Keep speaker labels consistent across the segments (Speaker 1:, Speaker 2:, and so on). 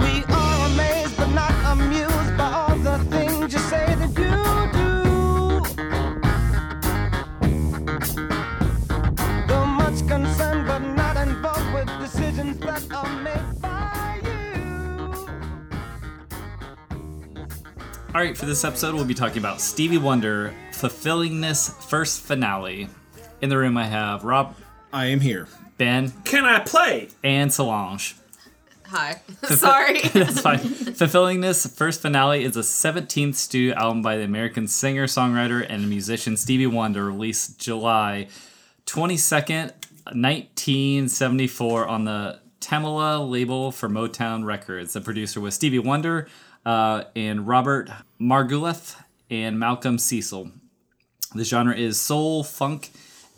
Speaker 1: We are amazed but not amused by all the things you say that you do. Though much concerned but not involved with decisions that are made by you.
Speaker 2: All right, for this episode, we'll be talking about Stevie Wonder, Fulfillingness First Finale. In the room, I have Rob,
Speaker 3: I am here.
Speaker 2: Ben,
Speaker 4: Can I play?
Speaker 2: and Solange.
Speaker 5: Hi. Sorry.
Speaker 2: That's fine. Fulfillingness First Finale is a 17th studio album by the American singer, songwriter, and musician Stevie Wonder, released July 22nd, 1974, on the Tamala label for Motown Records. The producer was Stevie Wonder uh, and Robert Margulef and Malcolm Cecil. The genre is soul, funk,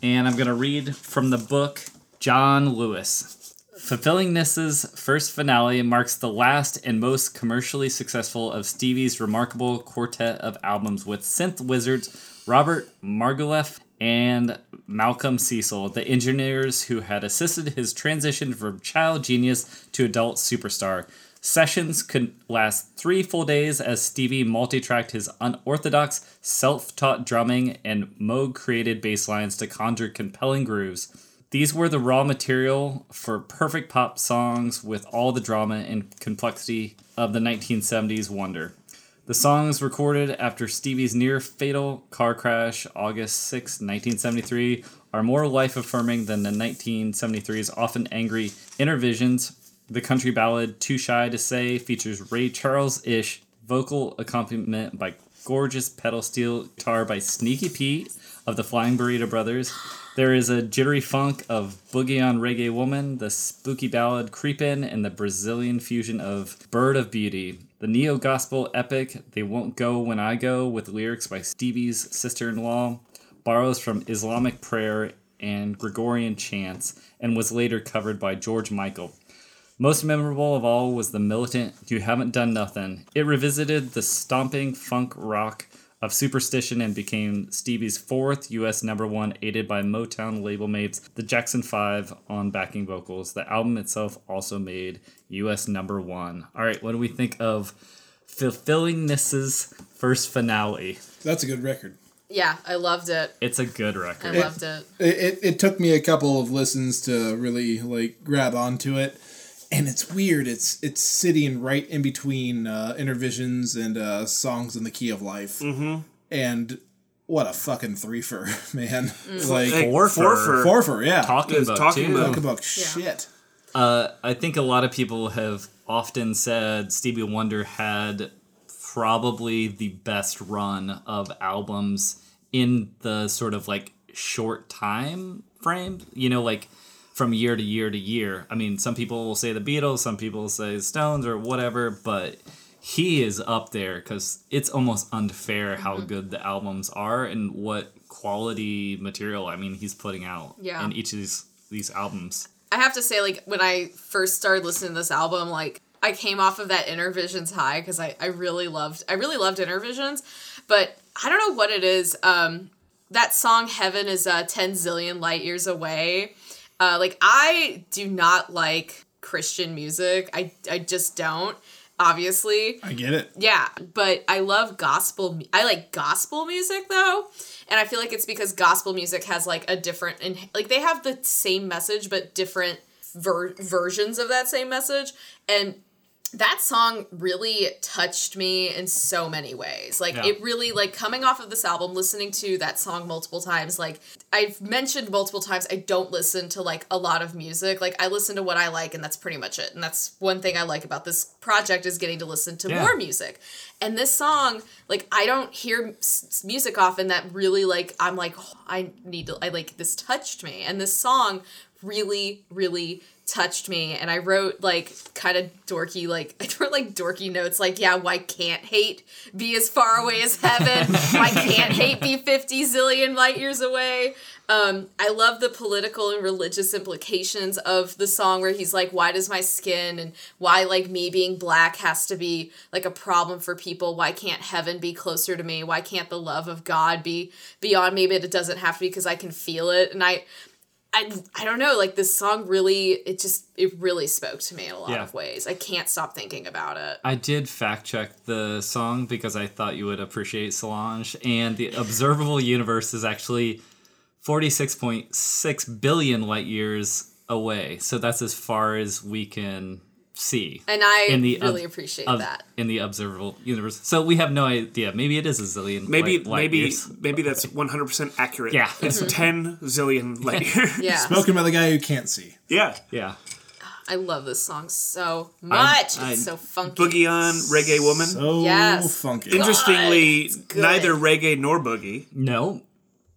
Speaker 2: and I'm going to read from the book John Lewis. Fulfillingness's first finale marks the last and most commercially successful of Stevie's remarkable quartet of albums with synth wizards Robert Margulef and Malcolm Cecil, the engineers who had assisted his transition from child genius to adult superstar. Sessions could last three full days as Stevie multi tracked his unorthodox, self taught drumming and Moog created bass lines to conjure compelling grooves. These were the raw material for perfect pop songs with all the drama and complexity of the 1970s wonder. The songs recorded after Stevie's near fatal car crash, August 6, 1973, are more life affirming than the 1973's often angry inner visions. The country ballad Too Shy to Say features Ray Charles ish vocal accompaniment by gorgeous pedal steel guitar by Sneaky Pete of the Flying Burrito Brothers. There is a jittery funk of Boogie on Reggae Woman, the spooky ballad Creepin', and the Brazilian fusion of Bird of Beauty. The neo gospel epic They Won't Go When I Go, with lyrics by Stevie's sister in law, borrows from Islamic prayer and Gregorian chants, and was later covered by George Michael. Most memorable of all was the militant You Haven't Done Nothing. It revisited the stomping funk rock of Superstition and became Stevie's fourth US number one, aided by Motown label mates The Jackson 5 on backing vocals. The album itself also made US number one. All right, what do we think of Fulfillingness's first finale?
Speaker 3: That's a good record.
Speaker 5: yeah, I loved it.
Speaker 2: It's a good
Speaker 5: I
Speaker 2: record.
Speaker 5: loved it.
Speaker 3: It, it, it took me a couple of listens to really like grab onto it, and it's weird. It's it's sitting right in between uh, Intervisions and uh, Songs in the Key of Life, mm-hmm. and what a fucking threefer, man!
Speaker 5: Mm.
Speaker 3: like
Speaker 2: Four for-
Speaker 4: for-
Speaker 3: fourfer, yeah.
Speaker 2: Talking
Speaker 4: It's
Speaker 2: about
Speaker 4: talking
Speaker 2: too.
Speaker 4: about-
Speaker 3: Talk about shit.
Speaker 2: Uh, I think a lot of people have often said Stevie Wonder had probably the best run of albums in the sort of like short time frame, you know, like from year to year to year. I mean, some people will say the Beatles, some people say Stones or whatever, but he is up there because it's almost unfair how good the albums are and what quality material, I mean, he's putting out
Speaker 5: Yeah.
Speaker 2: in each of these, these albums.
Speaker 5: I have to say, like, when I first started listening to this album, like, I came off of that Intervisions high because I, I really loved I really loved Intervisions, but I don't know what it is. Um, that song "Heaven" is uh, ten zillion light years away. Uh, like I do not like Christian music. I I just don't. Obviously,
Speaker 3: I get it.
Speaker 5: Yeah, but I love gospel. mu- I like gospel music though, and I feel like it's because gospel music has like a different and like they have the same message but different ver- versions of that same message. And that song really touched me in so many ways. Like
Speaker 2: Yeah.
Speaker 5: it really like coming off of this album, listening to that song multiple times, like I've mentioned multiple times I don't listen to like a lot of music. Like I listen to what I like and that's pretty much it. And that's one thing I like about this project is getting to listen to
Speaker 2: Yeah.
Speaker 5: more music. And this song, like I don't hear s- s- music often that really like I'm like "Oh, I need to I like this touched me. And this song really really touched me and i wrote like kind of dorky like i wrote like dorky notes like yeah why can't hate be as far away as heaven why can't hate be 50 zillion light years away um, i love the political and religious implications of the song where he's like why does my skin and why like me being black has to be like a problem for people why can't heaven be closer to me why can't the love of god be beyond me but it doesn't have to be because i can feel it and i I, I don't know like this song really it just it really spoke to me in a lot
Speaker 2: Yeah.
Speaker 5: of ways i can't stop thinking about it
Speaker 2: I did fact check the song because I thought you would appreciate Solange, and the observable universe is actually 46.6 billion light years away. So that's as far as we can see.
Speaker 5: and i
Speaker 2: in the
Speaker 5: really
Speaker 2: ob-
Speaker 5: appreciate
Speaker 2: of-
Speaker 5: that
Speaker 2: in the observable universe. So we have no idea. Maybe it is a zillion.
Speaker 4: Maybe
Speaker 2: light, light
Speaker 4: maybe
Speaker 2: years.
Speaker 4: maybe that's one hundred percent accurate.
Speaker 2: Yeah.
Speaker 4: it's ten zillion light years.
Speaker 5: Mm-hmm. yeah
Speaker 3: Spoken by the guy who can't see.
Speaker 4: yeah.
Speaker 2: Yeah.
Speaker 5: i love this song so much
Speaker 2: I-
Speaker 5: it's so funky
Speaker 4: Boogie on reggae woman.
Speaker 3: Oh,
Speaker 5: Yes.
Speaker 3: funky.
Speaker 4: Interestingly,
Speaker 5: good.
Speaker 4: neither reggae nor boogie.
Speaker 2: No.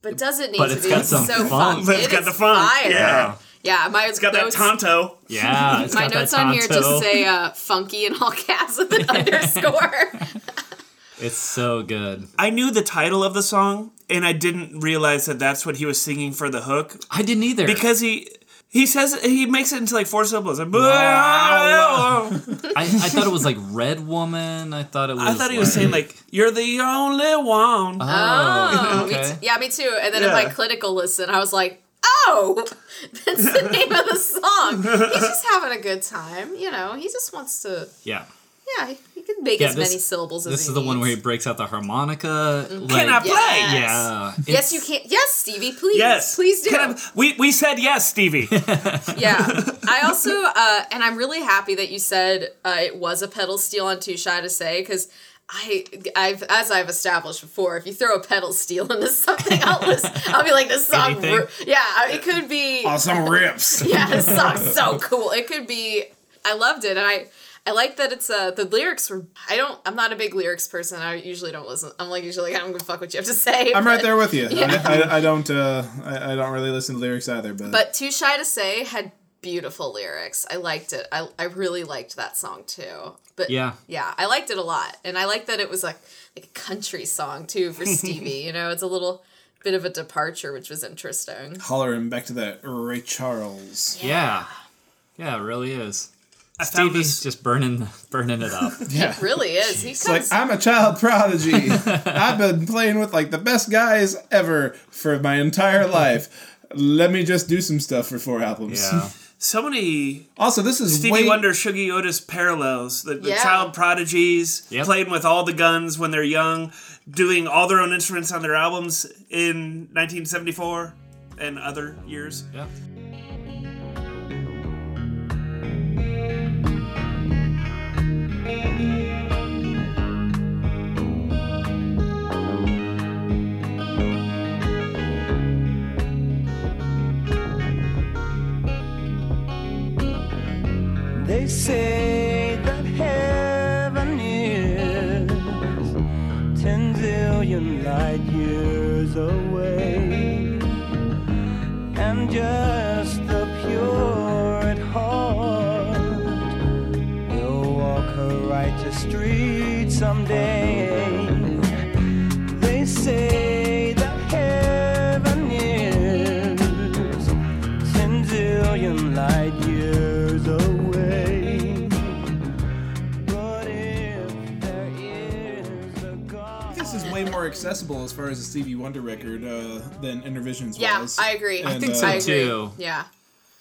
Speaker 5: but doesn't need
Speaker 2: But
Speaker 5: to
Speaker 2: it's
Speaker 5: be
Speaker 2: got
Speaker 5: it's
Speaker 2: some
Speaker 5: so
Speaker 2: funk.
Speaker 5: fun
Speaker 4: But it's got the funk, yeah.
Speaker 5: yeah my
Speaker 4: Got that
Speaker 5: notes,
Speaker 4: Tonto.
Speaker 2: Yeah. it's
Speaker 5: my
Speaker 2: got that
Speaker 5: notes on here
Speaker 2: tonto.
Speaker 5: just say uh, funky in all caps with an underscore
Speaker 2: it's so good.
Speaker 4: I knew the title of the song, and I didn't realize that that's what he was singing for the hook
Speaker 2: I didn't either.
Speaker 4: because he he says he makes it into like four syllables. Like, oh,
Speaker 2: I, I thought it was like Red Woman. I thought it was.
Speaker 4: I thought he was saying like "You're the only one."
Speaker 2: Oh.
Speaker 5: Um, Me
Speaker 2: okay.
Speaker 5: t- yeah me too and then in
Speaker 4: Yeah.
Speaker 5: my clinical listen i was like oh that's the name of the song he's just having a good time you know he just wants to
Speaker 2: Yeah.
Speaker 5: yeah he, he can make
Speaker 2: Yeah,
Speaker 5: as
Speaker 2: this-
Speaker 5: many syllables as
Speaker 2: This
Speaker 5: he
Speaker 2: is the one
Speaker 5: needs.
Speaker 2: where he breaks out the harmonica.
Speaker 4: Can I
Speaker 2: Like,
Speaker 4: play?
Speaker 5: Yes.
Speaker 2: yeah.
Speaker 5: yes
Speaker 2: It's-
Speaker 5: you can yes stevie please
Speaker 4: Yes,
Speaker 5: please do
Speaker 4: Can I- we we said yes, Stevie.
Speaker 5: yeah i also uh and i'm really happy that you said uh, it was a pedal steel on too shy to say because I, I've, as I've established before, if you throw a pedal steel into something, I'll listen, I'll be like, this song,
Speaker 2: Anything?
Speaker 5: ru- yeah, it could be
Speaker 3: Awesome rips.
Speaker 5: yeah, this song's so cool. It could be. I loved it, and I I like that it's uh the lyrics were. I don't. I'm not a big lyrics person. I usually don't listen. I'm like usually like, I don't give a fuck what you have to say.
Speaker 3: I'm right
Speaker 5: but-
Speaker 3: there with you.
Speaker 5: Yeah.
Speaker 3: I, I, I don't. Uh, I, I don't really listen to lyrics either, but,
Speaker 5: But too shy to say had beautiful lyrics. I liked it. I I really liked that song too. But
Speaker 2: Yeah.
Speaker 5: yeah, I liked it a lot, and I liked that it was like like a country song too for Stevie. you know, it's a little bit of a departure, which was interesting.
Speaker 3: hollering back to that Ray Charles.
Speaker 2: Yeah. Yeah, it really is.
Speaker 4: I found
Speaker 2: Stevie's
Speaker 4: this-
Speaker 2: just burning burning it up.
Speaker 3: Yeah.
Speaker 5: It really is. He
Speaker 3: It's like I'm a child prodigy. I've been playing with like the best guys ever for my entire life. Let me just do some stuff for four albums.
Speaker 2: yeah.
Speaker 4: so many
Speaker 3: Also, this is
Speaker 4: Stevie
Speaker 3: way
Speaker 4: Wonder, Shuggy Otis parallels. The, the
Speaker 5: Yeah.
Speaker 4: child prodigies
Speaker 2: Yep.
Speaker 4: playing with all the guns when they're young, doing all their own instruments on their albums in 1974 and other years.
Speaker 2: Yeah.
Speaker 1: They say that heaven is ten zillion light years away, and just the pure at heart will walk her righteous street someday. They say that heaven is ten zillion light years away. But if there is a God.
Speaker 3: This is way more accessible as far as the Stevie Wonder record uh, than Intervisions
Speaker 5: yeah,
Speaker 3: was.
Speaker 5: I agree.
Speaker 3: I think
Speaker 5: And,
Speaker 3: so,
Speaker 5: I agree.
Speaker 2: too.
Speaker 5: Yeah,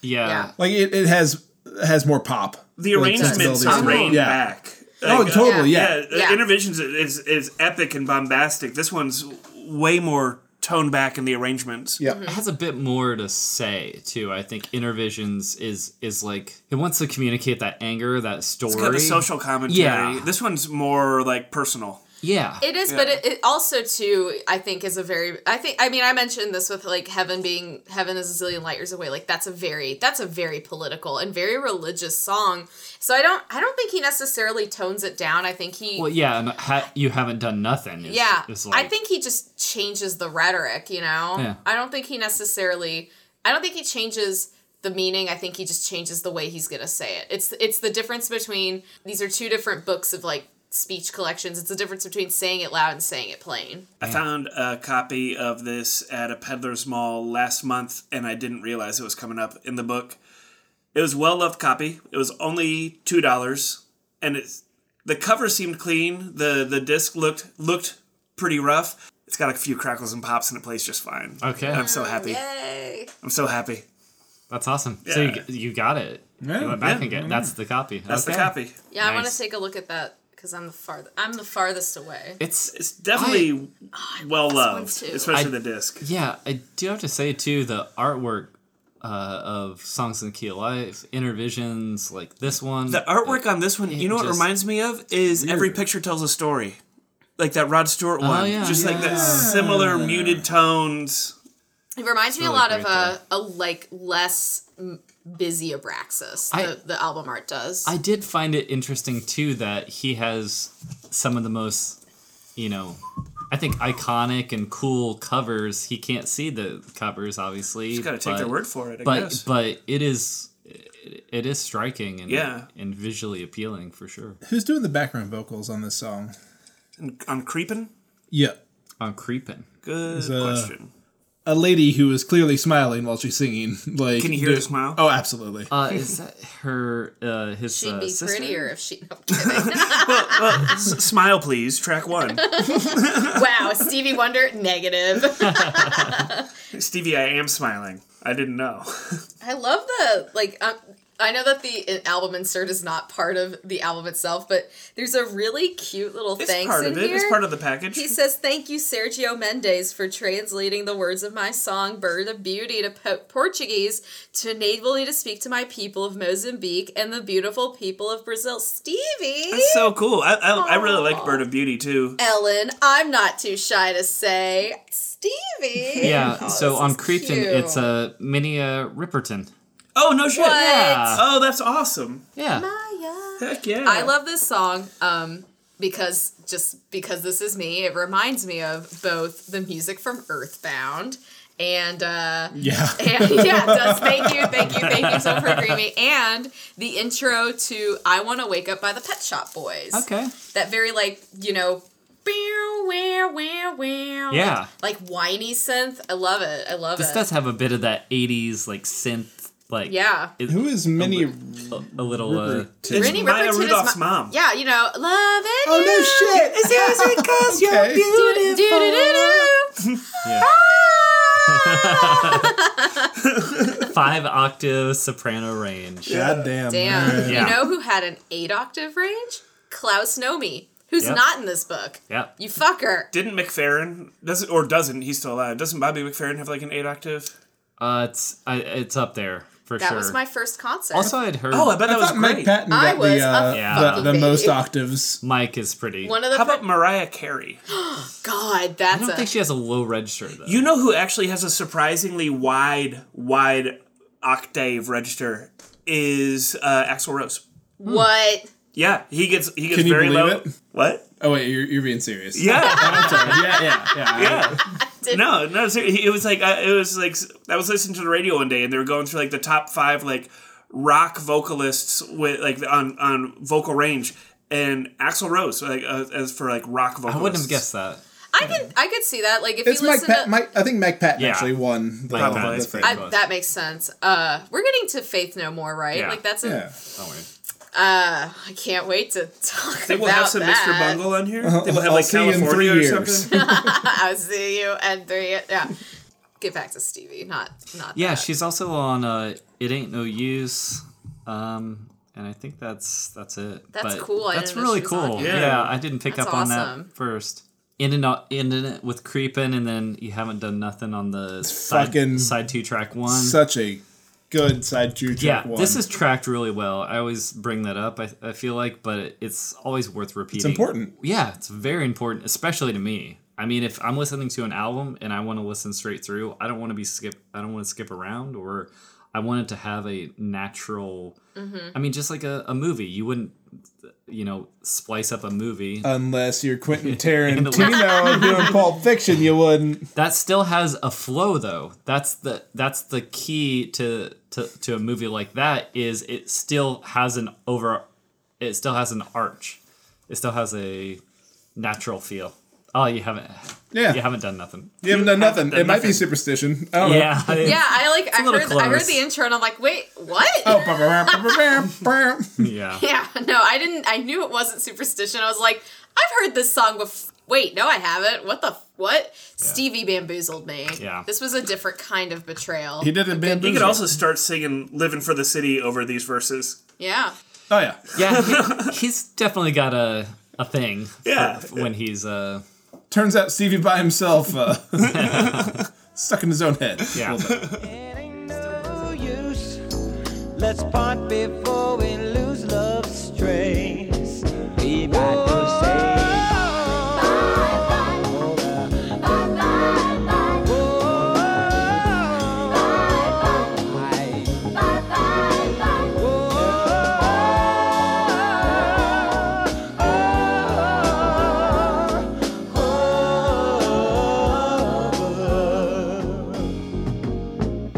Speaker 2: Yeah.
Speaker 5: yeah.
Speaker 3: Like it, it has it has more pop.
Speaker 4: The
Speaker 3: Like,
Speaker 4: arrangements
Speaker 3: sensibilities
Speaker 4: are
Speaker 3: to it.
Speaker 4: reined
Speaker 3: yeah.
Speaker 4: back.
Speaker 3: Oh,
Speaker 4: Like, uh,
Speaker 3: totally.
Speaker 5: yeah.
Speaker 3: Yeah.
Speaker 4: Yeah,
Speaker 5: Yeah.
Speaker 4: Intervisions is is epic and bombastic. This one's way more toned back in the arrangements.
Speaker 3: Yeah.
Speaker 2: It has a bit more to say too. I think Intervisions is is like it wants to communicate that anger, that story.
Speaker 4: It's kind of social commentary.
Speaker 2: Yeah.
Speaker 4: This one's more like personal.
Speaker 2: Yeah.
Speaker 5: It is, but it, it also too, I think, is a very. I think. I mean, I mentioned this with like heaven being heaven is a zillion light years away. Like that's a very that's a very political and very religious song. So I don't I don't think he necessarily tones it down. I think he.
Speaker 2: well, yeah, and ha- you haven't done nothing. Is,
Speaker 5: yeah,
Speaker 2: is like,
Speaker 5: I think he just changes the rhetoric. You know,
Speaker 2: Yeah.
Speaker 5: I don't think he necessarily. I don't think he changes the meaning. I think he just changes the way he's gonna say it. It's it's the difference between these are two different books of like speech collections. It's the difference between saying it loud and saying it plain.
Speaker 4: I found a copy of this at a peddler's mall last month, and I didn't realize it was coming up in the book. It was a well loved copy. It was only two dollars, and it's the cover seemed clean. the The disc looked looked pretty rough. It's got a few crackles and pops, and it plays just fine.
Speaker 2: Okay.
Speaker 4: I'm so happy.
Speaker 5: Yay!
Speaker 4: I'm so happy.
Speaker 2: that's awesome. So you, you got it. you went back
Speaker 4: yeah,
Speaker 2: and get that's the copy.
Speaker 4: That's the copy.
Speaker 5: Yeah, I want
Speaker 2: Nice.
Speaker 5: to take a look at that because I'm the farth I'm the farthest away.
Speaker 2: It's
Speaker 4: It's definitely well loved,
Speaker 5: too.
Speaker 4: especially
Speaker 2: I-
Speaker 4: the disc.
Speaker 2: Yeah, I do have to say too the artwork uh, of Songs in the Key of Life, Inner Visions, like this one.
Speaker 4: The artwork on this one, you know what
Speaker 2: just-
Speaker 4: reminds me of is every picture tells a story. Like that Rod Stewart one,
Speaker 2: Oh, yeah.
Speaker 4: just like that similar muted tones.
Speaker 5: It reminds me a
Speaker 2: really
Speaker 5: lot of
Speaker 2: great,
Speaker 5: a, a like less m- busy Abraxas.
Speaker 2: I-
Speaker 5: the, the album art does.
Speaker 2: I did find it interesting too that he has some of the most, you know, I think iconic and cool covers. He can't see the covers, obviously.
Speaker 4: You gotta take
Speaker 2: but-
Speaker 4: their word for it, I
Speaker 2: But
Speaker 4: guess.
Speaker 2: but it is it, it is striking and
Speaker 4: Yeah.
Speaker 2: and visually appealing for sure.
Speaker 3: Who's doing the background vocals on this song?
Speaker 4: And on creeping,
Speaker 3: Yeah.
Speaker 2: On creeping.
Speaker 4: good
Speaker 3: uh,
Speaker 4: question.
Speaker 3: A lady who is clearly smiling while she's singing. Like
Speaker 4: Can you hear the smile?
Speaker 3: Oh, absolutely.
Speaker 2: Uh, is that her? Uh, his
Speaker 5: She'd
Speaker 2: uh,
Speaker 5: be
Speaker 2: sister?
Speaker 5: prettier if she. No, I'm kidding.
Speaker 4: Well, s- smile, please. Track one.
Speaker 5: wow, Stevie Wonder negative.
Speaker 4: Stevie, I am smiling. I didn't know.
Speaker 5: I love the like. Um, I know that the uh, album insert is not part of the album itself, but there's a really cute little
Speaker 4: It's
Speaker 5: thanks
Speaker 4: part
Speaker 5: in
Speaker 4: of it.
Speaker 5: here.
Speaker 4: It's part of the package.
Speaker 5: He says, Thank you, Sergio Mendes, for translating the words of my song, Bird of Beauty, to po- Portuguese to enable me to speak to my people of Mozambique and the beautiful people of Brazil. Stevie!
Speaker 4: That's so cool. I, I, I really like Bird of Beauty too.
Speaker 5: Ellen, I'm not too shy to say, Stevie!
Speaker 2: Yeah.
Speaker 5: Oh,
Speaker 2: so
Speaker 5: this
Speaker 2: on
Speaker 5: is
Speaker 2: creeping,
Speaker 5: cute.
Speaker 2: it's a Minia Ripperton.
Speaker 4: Oh no shit!
Speaker 5: What?
Speaker 4: Oh, that's awesome.
Speaker 2: Yeah.
Speaker 5: Maya.
Speaker 4: Heck yeah!
Speaker 5: I love this song um, because just because this is me, it reminds me of both the music from Earthbound and uh,
Speaker 3: yeah.
Speaker 5: And yeah, it does. Thank you, thank you, thank you so for agreeing me. And the intro to I Want to Wake Up by the Pet Shop Boys.
Speaker 2: Okay.
Speaker 5: That very, like, you know, meow, meow, meow, meow,
Speaker 2: Yeah.
Speaker 5: Like, like whiny synth. I love it. I love
Speaker 2: This
Speaker 5: it.
Speaker 2: does have a bit of that '80s like synth, like
Speaker 5: yeah.
Speaker 2: it-
Speaker 3: Who is Minnie?
Speaker 2: a, a little. Uh,
Speaker 4: It's
Speaker 5: Rennie
Speaker 4: Maya
Speaker 5: Riperton is
Speaker 4: Rudolph's
Speaker 5: my-
Speaker 4: mom.
Speaker 5: Yeah, you know, love it.
Speaker 3: Oh no shit! It's easy cause you're beautiful.
Speaker 5: Do, do, do, do, Ah! do.
Speaker 2: yeah. Five octave soprano range.
Speaker 3: God damn.
Speaker 5: Damn.
Speaker 2: Yeah.
Speaker 5: You know who had an eight octave range? Klaus Nomi, who's
Speaker 2: Yep.
Speaker 5: not in this book.
Speaker 2: Yeah.
Speaker 5: You fucker.
Speaker 4: Didn't McFerrin doesn't or doesn't he's still alive? Doesn't Bobby McFerrin have like an eight octave?
Speaker 2: Uh, it's I, it's up there for
Speaker 5: That
Speaker 2: sure.
Speaker 5: was my uh, first concert.
Speaker 2: also, I'd heard
Speaker 4: Oh, I bet
Speaker 3: I
Speaker 4: that was
Speaker 3: thought Mike
Speaker 4: great.
Speaker 3: Patton
Speaker 5: I
Speaker 3: got
Speaker 5: was
Speaker 3: the, uh,
Speaker 5: a
Speaker 2: Yeah.
Speaker 3: the,
Speaker 5: fucking
Speaker 3: the most uh,
Speaker 5: baby.
Speaker 3: octaves.
Speaker 2: Mike is pretty.
Speaker 5: One of the
Speaker 4: How about Mariah Carey?
Speaker 5: God,
Speaker 2: I
Speaker 5: that's
Speaker 2: don't
Speaker 5: a
Speaker 2: think she has a low register though.
Speaker 4: You know who actually has a surprisingly wide, wide octave register is uh, Axl Rose.
Speaker 5: what?
Speaker 4: Yeah, he gets he gets
Speaker 3: Can you
Speaker 4: very
Speaker 3: believe
Speaker 4: low.
Speaker 3: it?
Speaker 4: What?
Speaker 3: Oh wait, you're, you're being serious.
Speaker 4: Yeah,
Speaker 3: I'm sorry. Yeah, yeah, yeah.
Speaker 4: yeah. No, no. ser- It was like uh, it was like s- I was listening to the radio one day, and they were going through like the top five like rock vocalists with like on on vocal range, and Axl Rose like uh, as for like rock vocalists.
Speaker 2: I wouldn't have guessed that.
Speaker 5: I could I could see that. Like if
Speaker 3: It's
Speaker 5: you
Speaker 3: Mike
Speaker 5: listen
Speaker 3: Pat.
Speaker 5: to
Speaker 3: Mike, I think Mike Patton
Speaker 2: Yeah.
Speaker 3: actually won the,
Speaker 2: Mike
Speaker 3: the
Speaker 2: Patton's
Speaker 3: thing.
Speaker 2: pretty
Speaker 5: I, that makes sense. Uh, we're getting to Faith No More, right?
Speaker 2: Yeah.
Speaker 5: Like that's a
Speaker 3: yeah.
Speaker 2: Don't worry.
Speaker 5: I can't wait to talk
Speaker 4: They
Speaker 5: about
Speaker 4: will have some
Speaker 5: that.
Speaker 4: Mr. Bungle on here. They will have
Speaker 3: I'll
Speaker 4: like
Speaker 3: see you in
Speaker 4: California
Speaker 3: three
Speaker 4: or
Speaker 3: years.
Speaker 4: something.
Speaker 5: I'll see you and three. Yeah. Get back to Stevie. Not not.
Speaker 2: Yeah,
Speaker 5: that.
Speaker 2: she's also on uh, "It Ain't No Use," um, and I think that's that's it.
Speaker 5: That's
Speaker 2: But
Speaker 5: cool. I
Speaker 2: that's
Speaker 5: didn't know
Speaker 2: really
Speaker 5: she was on
Speaker 2: cool.
Speaker 5: here.
Speaker 2: Yeah.
Speaker 4: Yeah.
Speaker 2: I didn't pick
Speaker 5: That's
Speaker 2: up on
Speaker 5: awesome.
Speaker 2: that first. ending up ending it with creeping, and then you haven't done nothing on the side,
Speaker 3: fucking
Speaker 2: side two track one.
Speaker 3: Such a good side two track
Speaker 2: yeah,
Speaker 3: one.
Speaker 2: this is tracked really well. I always bring that up. I, I feel like, but it- it's always worth repeating.
Speaker 3: it's important.
Speaker 2: Yeah, it's very important, especially to me. I mean, if I'm listening to an album and I want to listen straight through, I don't want to be skip. I don't want to skip around, or I want it to have a natural. I mean, just like a, a movie, you wouldn't, you know, splice up a movie
Speaker 3: Um, Unless you're Quentin Tarantino doing Pulp Fiction, you wouldn't.
Speaker 2: that still has a flow though that's the that's the key to to, to a movie like that is it still has an over it still has an arch it still has a natural feel oh you haven't
Speaker 3: Yeah.
Speaker 2: you haven't done nothing
Speaker 3: You haven't done nothing.
Speaker 4: done
Speaker 3: it might be
Speaker 4: nothing.
Speaker 3: superstition. I don't know.
Speaker 2: yeah
Speaker 5: Yeah, I like I
Speaker 2: a little
Speaker 5: heard I heard
Speaker 2: close.
Speaker 5: the intro and I'm like, wait, what?
Speaker 3: Oh, bah, bah, bah, bah, bah, bah.
Speaker 2: yeah
Speaker 5: Yeah, no, I didn't. I knew it wasn't superstition. I was like, I've heard this song before. Wait, no, I haven't. What the f- what? Stevie bamboozled me.
Speaker 2: Yeah.
Speaker 5: this was a different kind of betrayal.
Speaker 3: he did it bamboo.
Speaker 4: You could also start singing "Living for the City" over these verses.
Speaker 5: Yeah,
Speaker 3: Oh yeah.
Speaker 2: yeah he- he's definitely got a a thing for-
Speaker 4: Yeah.
Speaker 2: when he's uh
Speaker 3: Turns out Stevie by himself uh, stuck in his own head.
Speaker 2: yeah
Speaker 1: It ain't no use. Let's part before we lose love's trace. Be my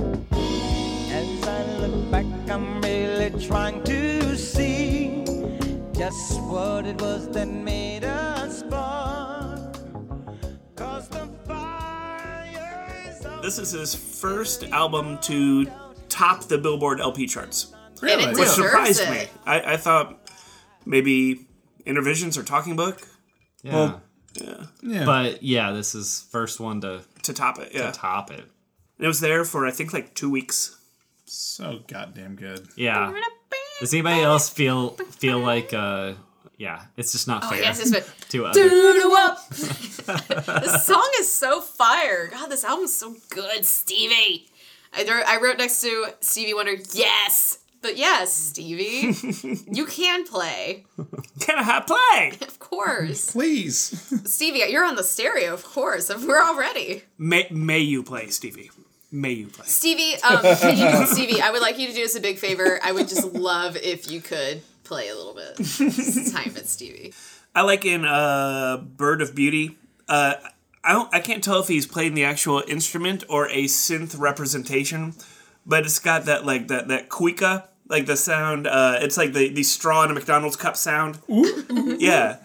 Speaker 6: As I look back, I'm really trying to see just what it was that made us born. Cause the fire is on.
Speaker 4: This is his first album to top the Billboard LP charts.
Speaker 5: and it
Speaker 3: Really?
Speaker 4: Which
Speaker 5: deserves
Speaker 4: surprised
Speaker 5: it.
Speaker 4: me. I, I thought maybe Intervisions or Talking Book
Speaker 2: yeah
Speaker 3: Well- Yeah.
Speaker 2: but yeah this is first one to
Speaker 4: to top it. Yeah.
Speaker 2: top it
Speaker 4: It was there for I think like two weeks.
Speaker 3: so goddamn good.
Speaker 2: yeah Does anybody else feel feel like uh Oh, yeah, it's just not fair
Speaker 5: Yes, it's been-
Speaker 2: to other.
Speaker 5: this song is so fire. God, this album's so good, Stevie. I, there- I wrote next to Stevie Wonder, yes, but yes, Stevie, you can play,
Speaker 4: Can I play?
Speaker 5: of course,
Speaker 3: Please.
Speaker 5: Stevie. You're on the stereo, of course. We're all ready.
Speaker 4: May, may you play, Stevie? May you play?
Speaker 5: Stevie, um, can you- Stevie, I would like you to do us a big favor. I would just love if you could play a little bit. Just Time it, Stevie.
Speaker 4: I like in uh, Bird of Beauty. Uh, I don't. I can't tell if he's playing the actual instrument or a synth representation, but it's got that like that that cuica, like the sound. Uh, it's like the the straw in a McDonald's cup sound. yeah,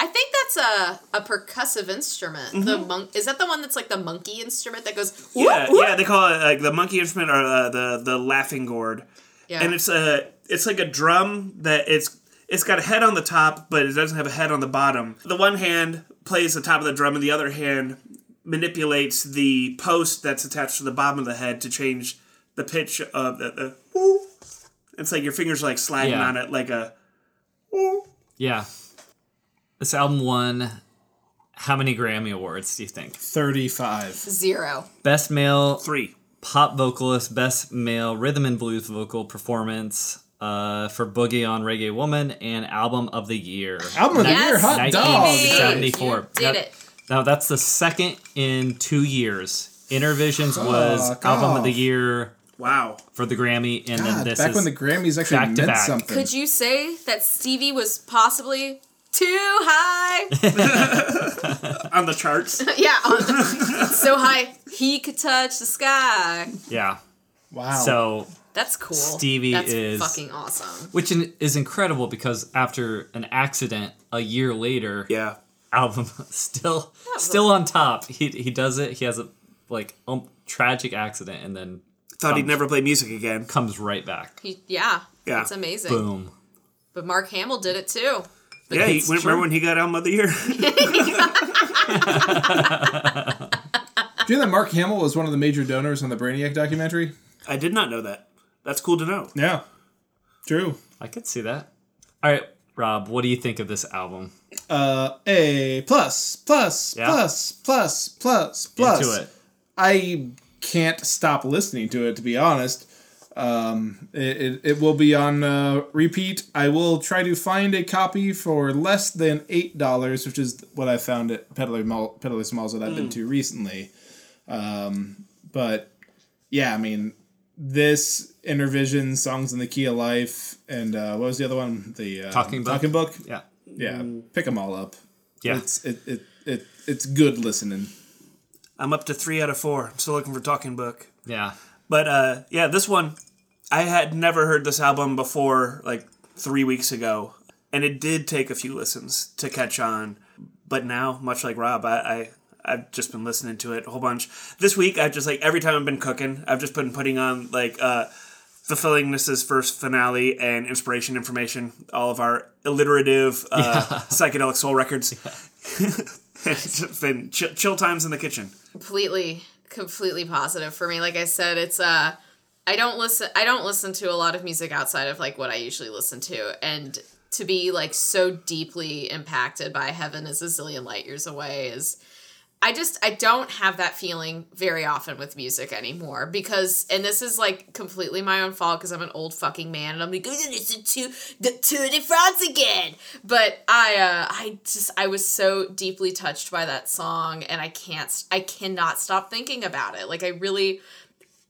Speaker 5: I think that's a, a percussive instrument. The
Speaker 2: Mm-hmm.
Speaker 5: monk is that the one that's like the monkey instrument that goes.
Speaker 4: yeah, yeah. They call it like the monkey instrument or uh, the the laughing gourd,
Speaker 5: Yeah.
Speaker 4: and it's a it's like a drum that it's it's got a head on the top, but it doesn't have a head on the bottom. The one hand plays the top of the drum, and the other hand manipulates the post that's attached to the bottom of the head to change the pitch of the. the it's like your fingers like sliding
Speaker 2: Yeah.
Speaker 4: on it like a
Speaker 2: Yeah. This album won how many Grammy awards do you think?
Speaker 3: Thirty-five.
Speaker 5: zero.
Speaker 2: Best male
Speaker 4: three.
Speaker 2: pop vocalist, best male rhythm and blues vocal performance uh, for Boogie on Reggae Woman and album of the year.
Speaker 3: Album of the year,
Speaker 5: Yes,
Speaker 3: hot
Speaker 2: Stevie.
Speaker 3: dog.
Speaker 2: 74.
Speaker 5: You did
Speaker 2: That-
Speaker 5: it.
Speaker 2: Now that's the second in 2 years. Intervisions was
Speaker 3: Fuck
Speaker 2: album of the
Speaker 3: off.
Speaker 2: year
Speaker 4: Wow.
Speaker 2: for the Grammy and then
Speaker 3: God,
Speaker 2: this
Speaker 3: back
Speaker 2: is
Speaker 3: when the Grammys actually
Speaker 2: back to
Speaker 3: meant
Speaker 2: back.
Speaker 3: something.
Speaker 5: Could you say that Stevie was possibly too high?
Speaker 4: On the charts.
Speaker 5: yeah, so high he could touch the sky.
Speaker 2: Yeah.
Speaker 3: wow.
Speaker 2: So
Speaker 5: That's cool.
Speaker 2: Stevie
Speaker 5: that's
Speaker 2: is-
Speaker 5: fucking awesome.
Speaker 2: which in- is incredible because after an accident a year later
Speaker 4: Yeah.
Speaker 2: album still still on top he, he does it he has a like um, tragic accident and then
Speaker 4: Thought he'd never play music again.
Speaker 2: comes right back
Speaker 5: He, yeah,
Speaker 4: Yeah.
Speaker 5: it's amazing.
Speaker 2: boom
Speaker 5: But Mark Hamill did it too.
Speaker 4: Yeah, he,
Speaker 2: It's
Speaker 4: remember
Speaker 2: true.
Speaker 4: when he got album of the year?
Speaker 3: Do you know that Mark Hamill was one of the major donors on the Brainiac documentary?
Speaker 4: I did not know that. That's cool to know.
Speaker 3: Yeah. True.
Speaker 2: i could see that all right Rob, what do you think of this album?
Speaker 3: Uh, a plus, plus,
Speaker 2: Yeah.
Speaker 3: plus, plus, plus, plus.
Speaker 2: Into it.
Speaker 3: I can't stop listening to it, to be honest. Um, it, it, it will be on uh, repeat. I will try to find a copy for less than $8, which is what I found at Peddler, Mall, Peddler Smalls that I've been to recently. Um, but yeah, I mean, this Intervision, Songs in the Key of Life, and uh, what was the other one? The uh,
Speaker 2: Talking Book.
Speaker 3: Talking Book.
Speaker 2: Yeah.
Speaker 3: Yeah, pick them all up.
Speaker 2: Yeah.
Speaker 3: It's it, it, it it's good listening.
Speaker 4: I'm up to three out of four. I'm still looking for Talking Book.
Speaker 2: Yeah.
Speaker 4: But uh, yeah, this one, I had never heard this album before like three weeks ago. And it did take a few listens to catch on. But now, much like Rob, I, I, I've just been listening to it a whole bunch. This week, I've just like, every time I've been cooking, I've just been putting on like uh, Fulfillingness's first finale and inspiration information, all of our alliterative uh, psychedelic soul records. it's been chill, chill times in the kitchen.
Speaker 5: completely completely positive for me like i said it's uh i don't listen i don't listen to a lot of music outside of like what i usually listen to and to be like so deeply impacted by heaven is a zillion light years away is i just i don't have that feeling very often with music anymore because and this is like completely my own fault because i'm an old fucking man and i'm like "Oh, listen to the tour de france again but i uh i just i was so deeply touched by that song and i can't i cannot stop thinking about it like i really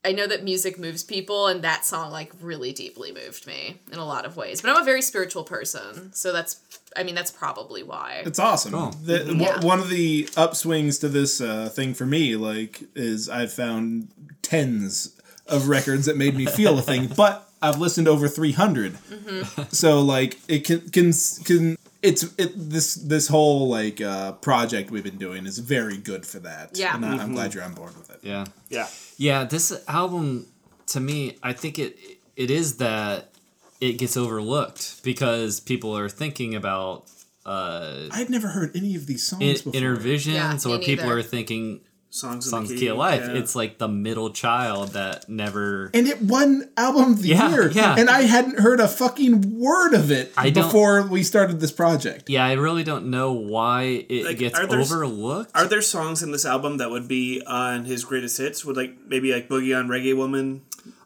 Speaker 5: I know that music moves people, and that song like really deeply moved me in a lot of ways. But I'm a very spiritual person, so that's I mean that's probably why.
Speaker 3: It's awesome. The- w-
Speaker 5: Mm-hmm. Yeah.
Speaker 3: One of the upswings to this uh, thing for me, like, is I've found tens of records that made me feel a thing, but I've listened to over three
Speaker 5: Mm-hmm.
Speaker 3: So like, it can can can it's it this this whole like uh, project we've been doing is very good for that.
Speaker 5: Yeah.
Speaker 3: and I, I'm glad you're on board with it.
Speaker 2: Mm-hmm. Yeah.
Speaker 4: Yeah.
Speaker 2: Yeah, this album to me, I think it it is that it gets overlooked because people are thinking about uh
Speaker 3: I'd never heard any of these songs
Speaker 2: in,
Speaker 3: before.
Speaker 2: inner visions
Speaker 5: Yeah,
Speaker 2: or
Speaker 5: me
Speaker 2: people
Speaker 5: neither.
Speaker 2: are thinking
Speaker 4: Songs, in
Speaker 2: songs
Speaker 4: the
Speaker 2: key,
Speaker 4: key,
Speaker 2: of life.
Speaker 4: yeah.
Speaker 2: It's like the middle child that never
Speaker 3: and it won album of the
Speaker 2: Yeah,
Speaker 3: year.
Speaker 2: yeah.
Speaker 3: And I hadn't heard a fucking word of it
Speaker 2: I don't-
Speaker 3: before we started this project.
Speaker 2: Yeah, I really don't know why it
Speaker 4: Like,
Speaker 2: gets
Speaker 4: are there s-
Speaker 2: overlooked.
Speaker 4: Are there songs in this album that would be on his greatest hits? Would like maybe like Boogie on Reggae Woman?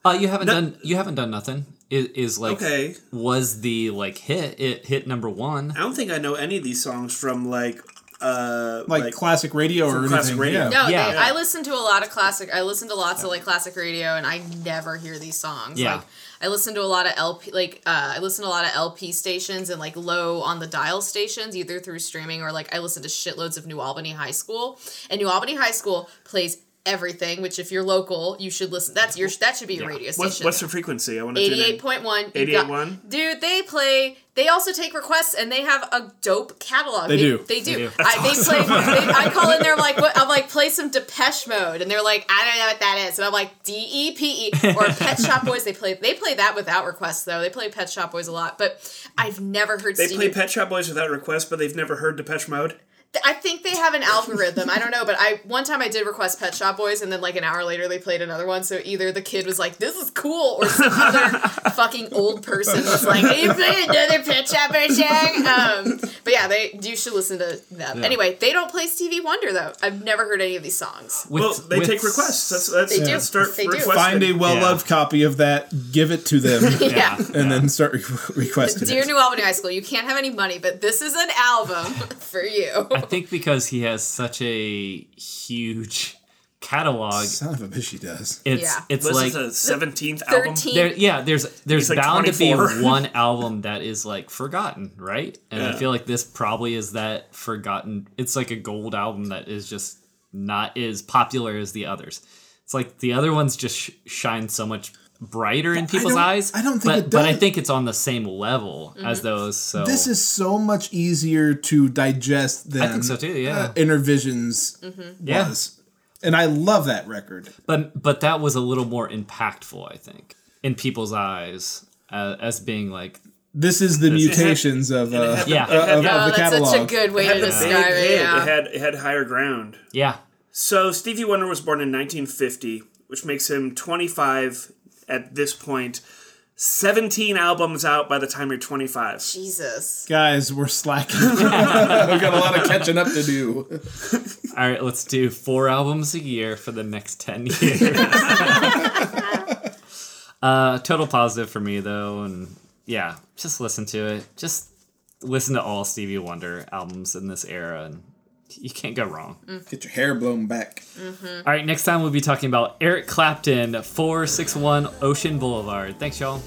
Speaker 2: uh, you haven't done you haven't done nothing. Is, is like
Speaker 4: Okay,
Speaker 2: was the like hit it hit number one?
Speaker 4: I don't think I know any of these songs from like uh
Speaker 3: Like, classic radio or
Speaker 4: classic
Speaker 3: anything.
Speaker 4: radio.
Speaker 3: Yeah.
Speaker 5: no, they-
Speaker 2: yeah.
Speaker 5: I listen to a lot of classic. I listen to lots of like classic radio, and I never hear these songs.
Speaker 2: Yeah.
Speaker 5: Like, I listen to a lot of LP, like uh, I listen to a lot of LP stations and like low on the dial stations, either through streaming or like I listen to shitloads of New Albany High School, and New Albany High School plays everything. Which if you're local, you should listen. That's your that should be your radio station.
Speaker 4: what's what's the frequency? I want to tune in.
Speaker 5: Eighty-eight point one.
Speaker 4: 88.1?
Speaker 5: Dude, they play. They also take requests, and they have a dope catalog.
Speaker 3: They do.
Speaker 5: They do.
Speaker 2: do.
Speaker 5: I, they play. They, I call in. They're like, what, I'm like, play some Depeche Mode, and they're like, I don't know what that is, and I'm like, D E P E or Pet Shop Boys. They play. They play that without requests though. They play Pet Shop Boys a lot, but I've never heard.
Speaker 4: They
Speaker 5: Stevie-
Speaker 4: play Pet Shop Boys without request, but they've never heard Depeche Mode.
Speaker 5: I think they have an algorithm. I don't know, but I one time I did request Pet Shop Boys, and then like an hour later they played another one. So either the kid was like, "This is cool," or some other fucking old person was like, "Are you playing another Pet Shop Boys song?" Um, but yeah, they you should listen to them. Anyway, they don't play Stevie Wonder though. I've never heard any of these songs.
Speaker 2: With,
Speaker 4: well, they
Speaker 2: with
Speaker 4: take requests. That's that's
Speaker 5: They do.
Speaker 4: let's start
Speaker 5: They do.
Speaker 4: requesting.
Speaker 3: Find a well loved copy of that, give it to them,
Speaker 5: Yeah.
Speaker 3: and then start re- requesting
Speaker 5: Dear
Speaker 3: it.
Speaker 5: New Albany High School, you can't have any money, but this is an album for you.
Speaker 2: I think because he has such a huge catalog,
Speaker 3: Son of a bitch, she does.
Speaker 2: it's
Speaker 5: Yeah.
Speaker 2: it's
Speaker 4: This
Speaker 2: like
Speaker 4: is the seventeenth album.
Speaker 5: Thirteen.
Speaker 2: there yeah, there's there's
Speaker 4: He's like
Speaker 2: bound to
Speaker 4: 24.
Speaker 2: be one album that is like forgotten, right? And I
Speaker 4: Yeah.
Speaker 2: feel like this probably is that forgotten. It's like a gold album that is just not as popular as the others. It's like the other ones just sh- shine so much brighter in people's
Speaker 3: don't-
Speaker 2: eyes.
Speaker 3: I don't think
Speaker 2: but,
Speaker 3: it
Speaker 2: but I
Speaker 3: does.
Speaker 2: think it's on the same level as those. So
Speaker 3: This is so much easier to digest than
Speaker 2: I think so too. Yeah.
Speaker 3: uh, Inner Visions
Speaker 5: Mm-hmm.
Speaker 2: Yeah.
Speaker 3: was. And I love that record.
Speaker 2: but but that was a little more impactful i think in people's eyes uh, as being like
Speaker 3: This is the mutations of, uh,
Speaker 2: Yeah.
Speaker 3: of, of
Speaker 5: Oh,
Speaker 3: the
Speaker 5: that's
Speaker 3: catalog.
Speaker 5: such a good way to
Speaker 4: It had the big
Speaker 5: describe it.
Speaker 4: hit.
Speaker 5: Yeah.
Speaker 4: It had it had higher ground.
Speaker 2: yeah
Speaker 4: So Stevie Wonder was born in 1950, which makes him 25 at this point. 17 albums out by the time you're 25.
Speaker 5: Jesus.
Speaker 3: Guys, we're slacking. We've got a lot of catching up to do.
Speaker 2: All right, let's do four albums a year for the next 10 years. uh, total positive for me, though. And yeah, just listen to it. Just listen to all Stevie Wonder albums in this era, and you can't go wrong.
Speaker 3: Get your hair blown back.
Speaker 2: All right, next time we'll be talking about Eric Clapton, 461 Ocean Boulevard. Thanks, y'all.